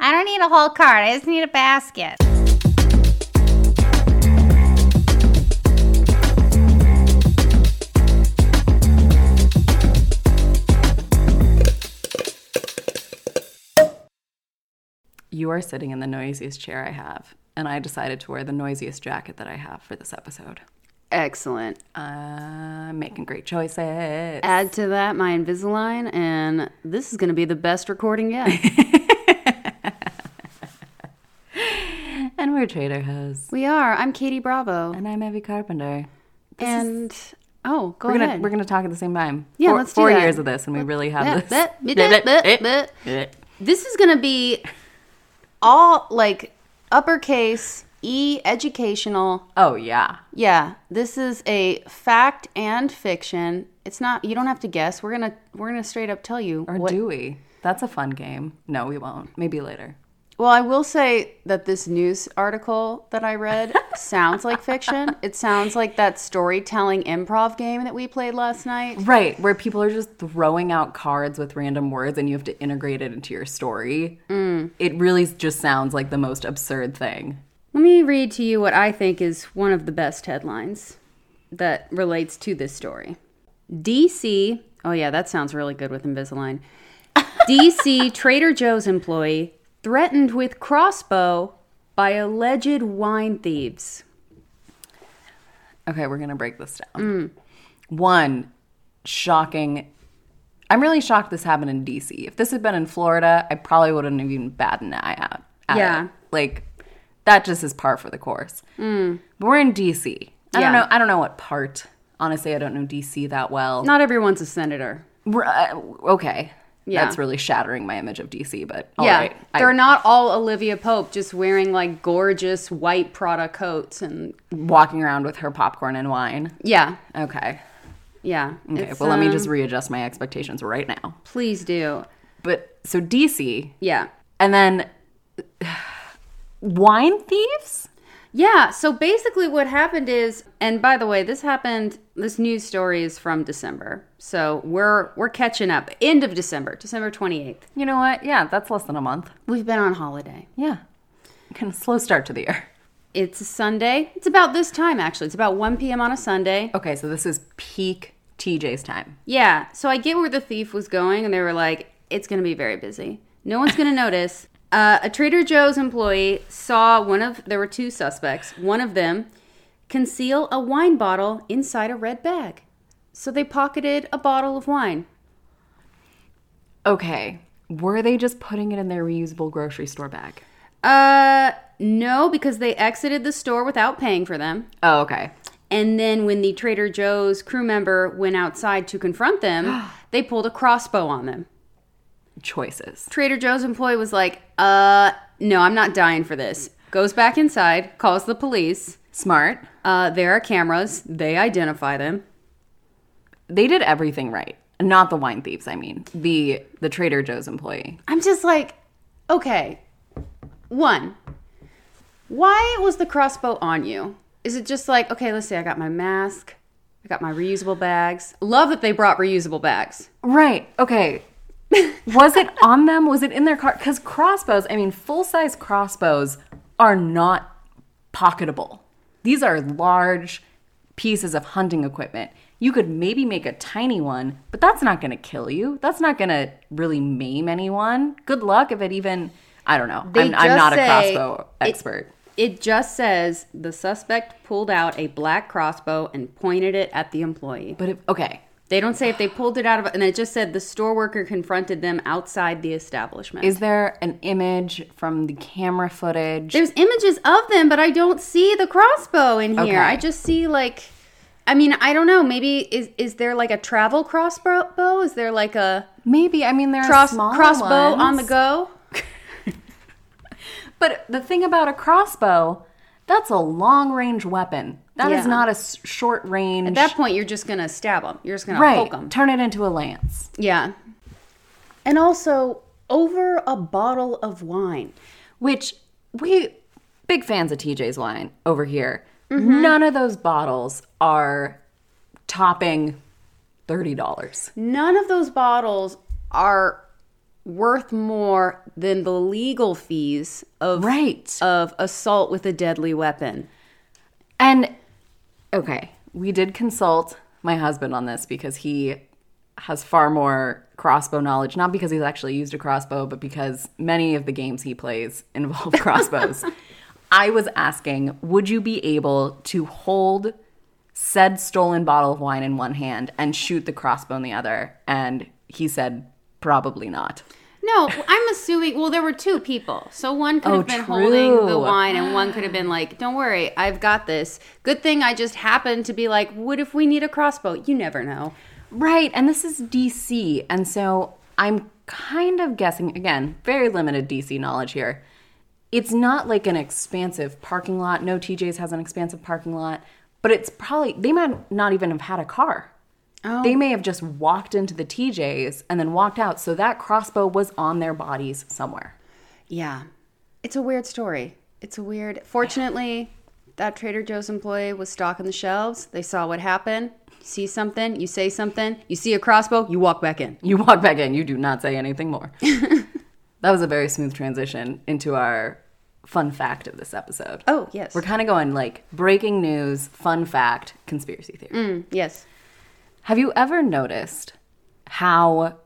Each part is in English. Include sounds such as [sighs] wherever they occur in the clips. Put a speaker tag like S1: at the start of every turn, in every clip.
S1: I don't need a whole card. I just need a basket.
S2: You are sitting in the noisiest chair I have, and I decided to wear the noisiest jacket that I have for this episode.
S3: Excellent.
S2: I'm making great choices.
S3: Add to that my Invisalign, and this is going to be the best recording yet.
S2: [laughs] And we're Trader Hoes.
S3: we are. I'm Katie Bravo.
S2: And I'm Evie Carpenter.
S3: And oh, go
S2: We're gonna,
S3: ahead.
S2: we're gonna talk at the same time.
S3: Yeah,
S2: four,
S3: let's do
S2: four
S3: that.
S2: years of this, and we really have
S3: Yeah,
S2: this. eh.
S3: but- but- but- but- [laughs] this is going to be all like uppercase E educational.
S2: Oh yeah,
S3: Yeah, this is a fact and fiction. It's not. You don't have to guess. We're gonna we're gonna straight up tell you.
S2: or do we? That's a fun game. No, we won't. Maybe later.
S3: Well, I will say that this news article that I read sounds like fiction. It sounds like that storytelling improv game that we played last night.
S2: Right, where people are just throwing out cards with random words, and you have to integrate it into your story.
S3: Mm.
S2: It really just sounds like the most absurd thing.
S3: Let me read to you what I think is one of the best headlines that relates to this story. DC, oh yeah, that sounds really good with Invisalign. DC Trader Joe's employee threatened with crossbow by alleged wine thieves.
S2: Okay, we're gonna break this
S3: Mm.
S2: down. One, shocking. I'm really shocked this happened in DC. If this had been in Florida, I probably wouldn't have even batted an eye out. At
S3: Yeah.
S2: it. like that just is par for the course. But we're in DC. I
S3: Mm.
S2: don't
S3: Yeah.
S2: know. I don't know what part. Honestly, I don't know DC that well.
S3: Not everyone's a senator.
S2: We're, uh, okay,
S3: Yeah.
S2: that's really shattering my image of DC. But all
S3: yeah,
S2: right.
S3: they're
S2: I,
S3: not all Olivia Pope just wearing like gorgeous white Prada coats and
S2: walking around with her popcorn and wine.
S3: yeah,
S2: Okay.
S3: yeah.
S2: Okay.
S3: It's,
S2: well, let me
S3: um,
S2: just readjust my expectations right now.
S3: please do.
S2: But so DC,
S3: Yeah.
S2: And then [sighs] wine thieves?
S3: Yeah, so basically what happened is and by the way, this happened this news story is from December. So we're we're catching up. End of December, December 28th.
S2: You know what? Yeah, that's less than a month.
S3: We've been on holiday.
S2: Yeah. Kind of slow start to the year.
S3: It's a Sunday. It's about this time actually. It's about 1 p.m. on a Sunday.
S2: Okay, so this is peak TJ's time.
S3: Yeah, so I get where the thief was going, and they were like, it's going to be very busy. No one's going to notice. [laughs] Uh, a Trader Joe's employee saw one of, there were two suspects, one of them conceal a wine bottle inside a red bag. So they pocketed a bottle of wine.
S2: Okay. Were they just putting it in their reusable grocery store bag?
S3: Uh, no, because they exited the store without paying for them.
S2: Oh, okay.
S3: And then when the Trader Joe's crew member went outside to confront them, they pulled a crossbow on them.
S2: Choices.
S3: Trader Joe's employee was like, uh, no, I'm not dying for this. Goes back inside, calls the police.
S2: Smart.
S3: Uh, there are cameras. They identify them.
S2: They did everything right. Not the wine thieves, I mean. The the Trader Joe's employee.
S3: I'm just like, okay. One, why was the crossbow on you? Is it just like, okay, let's see, I got my mask, I got my reusable bags. Love that they brought reusable bags.
S2: Right.
S3: [laughs]
S2: Okay. Was it on them? Was it in their car? Because crossbows, I mean, full size crossbows are not pocketable. These are large pieces of hunting equipment. You could maybe make a tiny one, but that's not going to kill you. That's not going to really maim anyone. Good luck if it even, I don't know.
S3: They
S2: I'm, I'm
S3: just
S2: not a
S3: say
S2: crossbow
S3: it-
S2: expert.
S3: It just says the suspect pulled out a black crossbow and pointed it at the employee.
S2: But if, okay.
S3: They don't say if they pulled it out of, and it just said the store worker confronted them outside the establishment.
S2: Is there an image from the camera footage?
S3: There's images of them, but I don't see the crossbow in here.
S2: Okay.
S3: I just see like, I mean, I don't know. Maybe is is there like a travel crossbow? bow? Is there like a
S2: maybe. I mean, there are
S3: cross,
S2: smaller
S3: crossbow on
S2: ones.
S3: the go?
S2: But the thing about a crossbow, that's a long range weapon. That is
S3: Yeah.
S2: not a s- short range.
S3: At that point, you're just gonna stab them. You're just gonna poke
S2: right.
S3: them.
S2: Turn it into a lance.
S3: Yeah. And also over a bottle of wine.
S2: Which we big fans of TJ's wine over here.
S3: Mm-hmm.
S2: None of those bottles are topping $30.
S3: None of those bottles are worth more than the legal fees of
S2: Right.
S3: of assault with a deadly weapon.
S2: And okay, we did consult my husband on this because he has far more crossbow knowledge, not because he's actually used a crossbow, but because many of the games he plays [laughs] involve crossbows. I was asking, would you be able to hold said stolen bottle of wine in one hand and shoot the crossbow in the other? And he said, probably not.
S4: No, I'm assuming. Well, there were two people, so one could
S2: Oh,
S4: have been holding the
S2: true.
S4: wine, and one could have been like, "Don't worry, I've got this." Good thing I just happened to be like, "What if we need a crossbow?" You never know.
S2: Right, and this is DC, and so I'm kind of guessing again, very limited DC knowledge here. It's not like an expansive parking lot. No TJ's has an expansive parking lot, but it's probably they might not even have had a car. Oh. They may have just walked into the TJ's and then walked out, so that crossbow was on their bodies somewhere.
S3: Yeah. It's a weird story. It's a weird. Fortunately, that Trader Joe's employee was stalking the shelves. They saw what happened. You see something, you say something, you see a crossbow, you walk back in.
S2: You walk back in, you do not say anything more. that was a very smooth transition into our fun fact of this episode.
S3: Oh, yes.
S2: We're kind of going like breaking news, fun fact, conspiracy theory.
S3: Mm. yes.
S2: Have you ever noticed how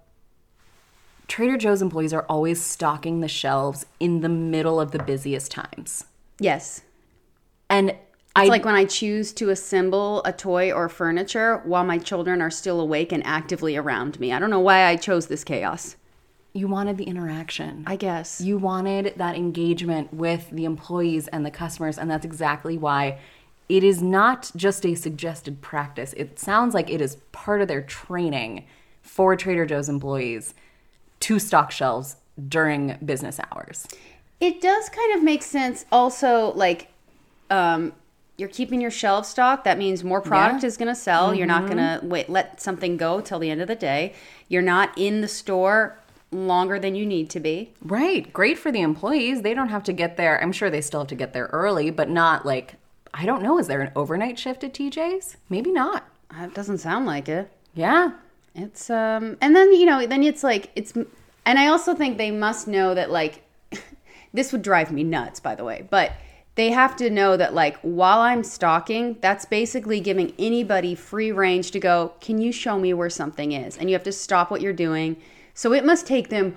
S2: Trader Joe's employees are always stocking the shelves in the middle of the busiest times?
S3: Yes.
S2: And I
S3: It's like when I choose to assemble a toy or furniture while my children are still awake and actively around me. I don't know why I chose this chaos.
S2: you wanted the interaction.
S3: I guess.
S2: You wanted that engagement with the employees and the customers, and that's exactly why it is not just a suggested practice. It sounds like it is part of their training for Trader Joe's employees to stock shelves during business hours.
S3: It does kind of make sense also like um you're keeping your shelf stock. That means more product is going to sell. You're not going to wait let something go till the end of the day. You're not in the store longer than you need to be.
S2: Right. Great for the employees. They don't have to get there. I'm sure they still have to get there early, but not like, I don't know, is there an overnight shift at TJ's? Maybe not.
S3: That doesn't sound like it.
S2: Yeah.
S3: It's um and then you know, then it's like it's and I also think they must know that like [laughs] this would drive me nuts by the way, but they have to know that like while I'm stalking, that's basically giving anybody free range to go, "Can you show me where something is?" And you have to stop what you're doing. So it must take them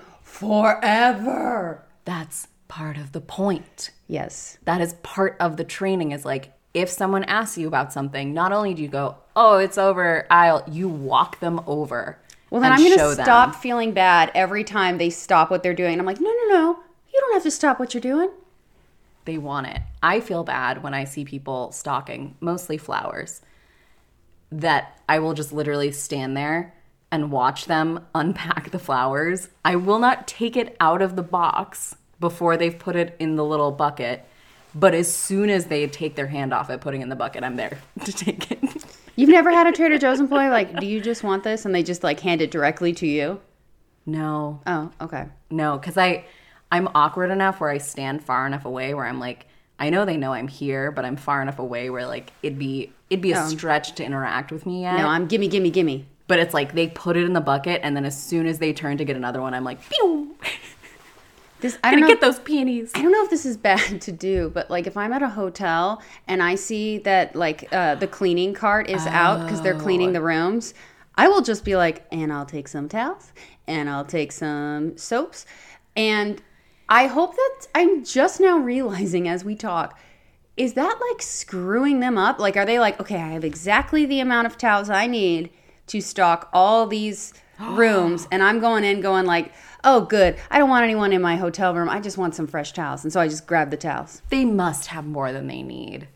S3: forever.
S2: That's part of the point.
S3: Yes.
S2: that is part of the training is like if someone asks you about something not only do you go oh it's over i'll you walk them over
S3: Well, then
S2: and
S3: I'm
S2: show
S3: going to
S2: them.
S3: stop feeling bad every time they stop what they're doing. And I'm like, "No, no, no. You don't have to stop what you're doing."
S2: they want it i feel bad when i see people stalking mostly flowers that i will just literally stand there and watch them [laughs] unpack the flowers i will not take it out of the box before they've put it in the little bucket but as soon as they take their hand off at putting it in the bucket i'm there [laughs] to take it
S3: You've never had a Trader Joe's employee like, do you just want this? And they just like hand it directly to you.
S2: no
S3: Oh, okay.
S2: No, because I I'm awkward enough where I stand far enough away where I'm like I know they know I'm here, but I'm far enough away where like it'd be it'd be a stretch to interact with me yet.
S3: Oh. No, I'm gimme, gimme, gimme.
S2: but it's like they put it in the bucket, and then as soon as they turn to get another one, I'm like, pew,
S3: This I
S2: [laughs]
S3: don't
S2: gonna
S3: know.
S2: get those peonies.
S3: I don't know if this is bad [laughs] to do, but like if I'm at a hotel and I see that like uh, the cleaning cart is out out because they're cleaning the rooms, I will just be like, and I'll take some towels and I'll take some soaps. And I hope that I'm just now realizing as we talk, is that like screwing them up? Like, are they like, okay, I have exactly the amount of towels I need to stock all [gasps] these rooms, and I'm going in going like, oh, good, I don't want anyone in my hotel room. I just want some fresh towels, and so I just grab the towels.
S2: They must have more than they need.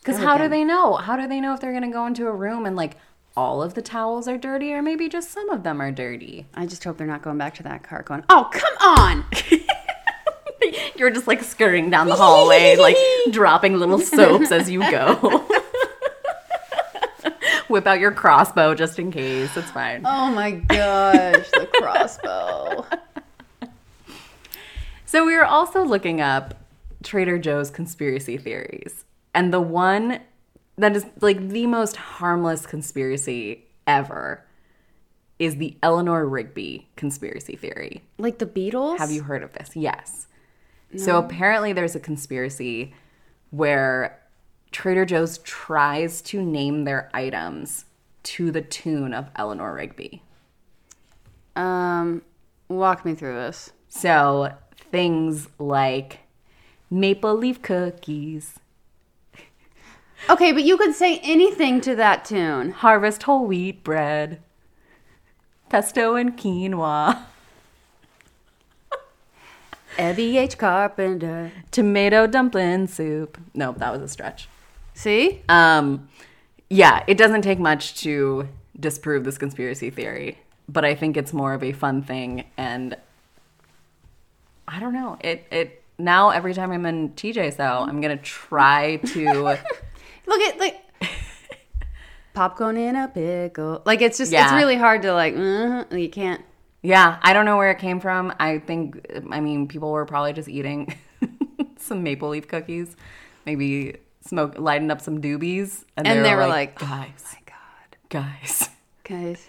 S2: Because how do they know? How do they know if they're gonna go into a room and like all of the towels are dirty, or maybe just some of them are dirty?
S3: I just hope they're not going back to that car going, oh, come on.
S2: You're just like scurrying down the hallway, like dropping little soaps as you go. [laughs] Whip out your crossbow just in case. It's fine.
S3: [laughs] Oh my gosh, the crossbow.
S2: So we were also looking up Trader Joe's conspiracy theories. And the one that is like the most harmless conspiracy ever is the Eleanor Rigby conspiracy theory.
S3: [laughs] Like the Beatles?
S2: Have you heard of this? Yes. So apparently there's a conspiracy where Trader Joe's tries to name their items to the tune of Eleanor Rigby.
S3: Um, walk me through this.
S2: So things like maple leaf cookies,
S3: Okay, but you could say anything to that tune.
S2: harvest whole wheat bread, pesto and quinoa, [laughs]
S3: Ebby H. Carpenter.
S2: tomato dumpling soup. No, that was a stretch.
S3: See?
S2: Um, yeah, it doesn't take much to disprove this conspiracy theory, but I think it's more of a fun thing. And I don't know. It it now every time I'm in TJ's though, I'm gonna try
S3: [laughs]
S2: to.
S3: Look
S2: [laughs]
S3: at like popcorn in a pickle. Like it's just it's
S2: Yeah.
S3: really hard to like uh, you can't.
S2: yeah, I don't know where it came from. I think I mean people were probably just eating [laughs] some maple leaf cookies, maybe smoke lighting up some doobies, and,
S3: And they were like, "Oh
S2: guys, my god, guys.
S3: Guys.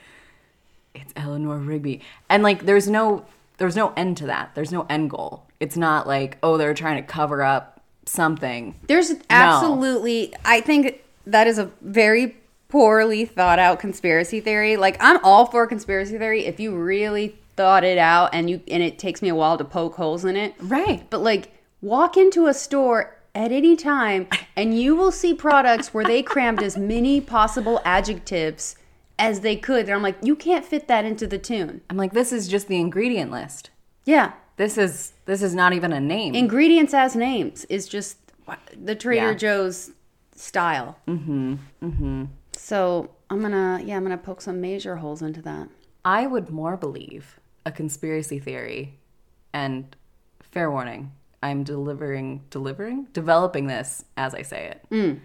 S2: it's Eleanor Rigby. And like there's no there's no end to that. There's no end goal. It's not like, oh, they're trying to cover up something.
S3: There's absolutely I think that is a very poorly thought out conspiracy theory. Like I'm all for conspiracy theory if you really thought it out and you and it takes me a while to poke holes in it.
S2: Right.
S3: But like walk into a store at any time and you will see products where they crammed as many possible adjectives as they could. And I'm like, you can't fit that into the tune.
S2: I'm like, this is just the ingredient list.
S3: Yeah.
S2: This is this is not even a name.
S3: Ingredients as names is just the Trader
S2: Yeah.
S3: Joe's style. Mm-hmm. Mm-hmm. So I'm gonna yeah, I'm gonna poke some major holes into that.
S2: I would more believe a conspiracy theory and fair warning, I'm delivering delivering? Developing this as I say it.
S3: Mm.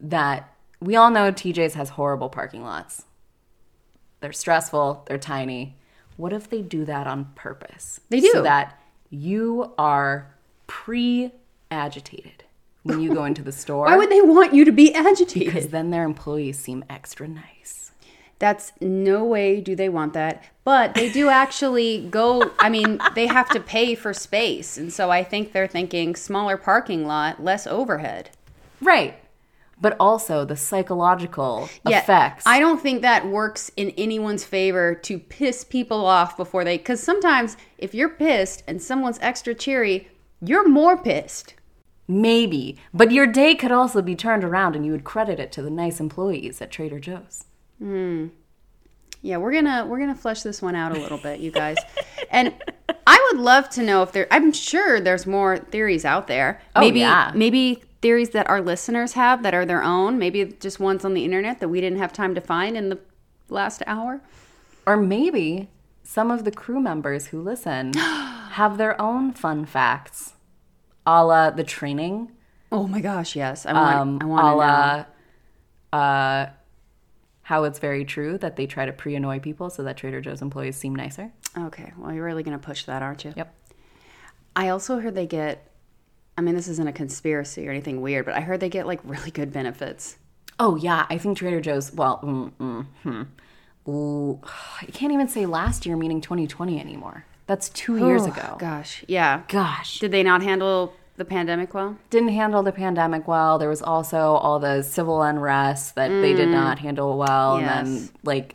S2: That we all know TJ's has horrible parking lots. They're stressful, they're tiny. What if they do that on purpose?
S3: They do.
S2: So that you are pre agitated when you go into the store.
S3: [laughs] Why would they want you to be agitated?
S2: because then their employees seem extra nice.
S3: That's no way do they want that. But they do actually go, I mean, they have to pay for space. And so I think they're thinking smaller parking lot, less overhead.
S2: Right. But also the psychological
S3: Yeah,
S2: effects.
S3: I don't think that works in anyone's favor to piss people off before they, because sometimes if you're pissed and someone's extra cheery, you're more pissed.
S2: Maybe. But your day could also be turned around and you would credit it to the nice employees at Trader Joe's.
S3: Yeah, we're gonna we're gonna flesh this one out a little bit, you guys. and I would love to know if there. I'm sure there's more theories out there. maybe
S2: Oh, yeah.
S3: maybe theories that our listeners have that are their own. Maybe just ones on the internet that we didn't have time to find in the last hour.
S2: Or maybe some of the crew members who
S3: [gasps]
S2: listen have their own fun facts, a la the training,
S3: Oh my gosh, yes, I want
S2: um,
S3: I
S2: a
S3: want to know.
S2: la uh, how it's very true that they try to pre annoy people so that Trader Joe's employees seem nicer.
S3: Okay, well you're really gonna push that, aren't you?
S2: Yep.
S3: I also heard they get. I mean, this isn't a conspiracy or anything weird, but I heard they get like really good benefits.
S2: Oh yeah, I think Trader Joe's. Well, mm, mm, hmm. Ooh, [sighs] I can't even say last year, meaning 2020 anymore. That's two years
S3: Oh,
S2: ago.
S3: Gosh, yeah.
S2: Gosh,
S3: Did they not handle the pandemic well?
S2: didn't handle the pandemic well. There was also all the civil unrest that they did not handle well, and
S3: Yes.
S2: then like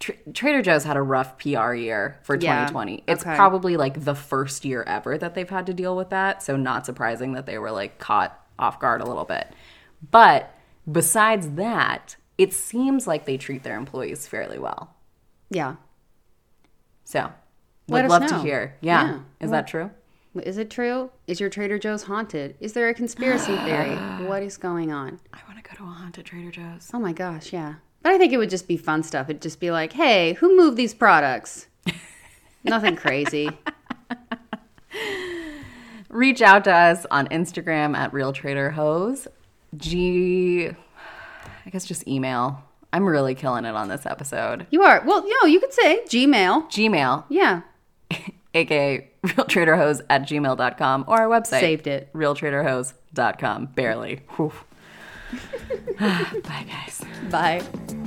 S2: Tr- Trader Joe's had a rough PR year for
S3: Yeah.
S2: 2020. It's
S3: Okay.
S2: probably like the first year ever that they've had to deal with that, so not surprising that they were like caught off guard a little bit. But besides that, it seems like they treat their employees fairly well.
S3: Yeah.
S2: So, would
S3: Let us
S2: love to
S3: know.
S2: hear. Yeah,
S3: Yeah.
S2: is that true?
S3: Is it true? Is your Trader Joe's haunted? Is there a conspiracy theory? What is going on?
S2: I want to go to a haunted Trader Joe's.
S3: Oh my gosh, yeah. But I think it would just be fun stuff. It'd just be like, hey, who moved these products? Nothing crazy.
S2: reach out to us on Instagram at Real Trader Hose. G, I guess just email. I'm really killing it on this episode.
S3: You are. Well, no, you could say Gmail.
S2: Gmail,
S3: Yeah.
S2: aka realtraderhose at gmail.com or our website.
S3: Saved it.
S2: Realtraderhose.com. Barely. Whew. [sighs] Bye, guys.
S3: Bye.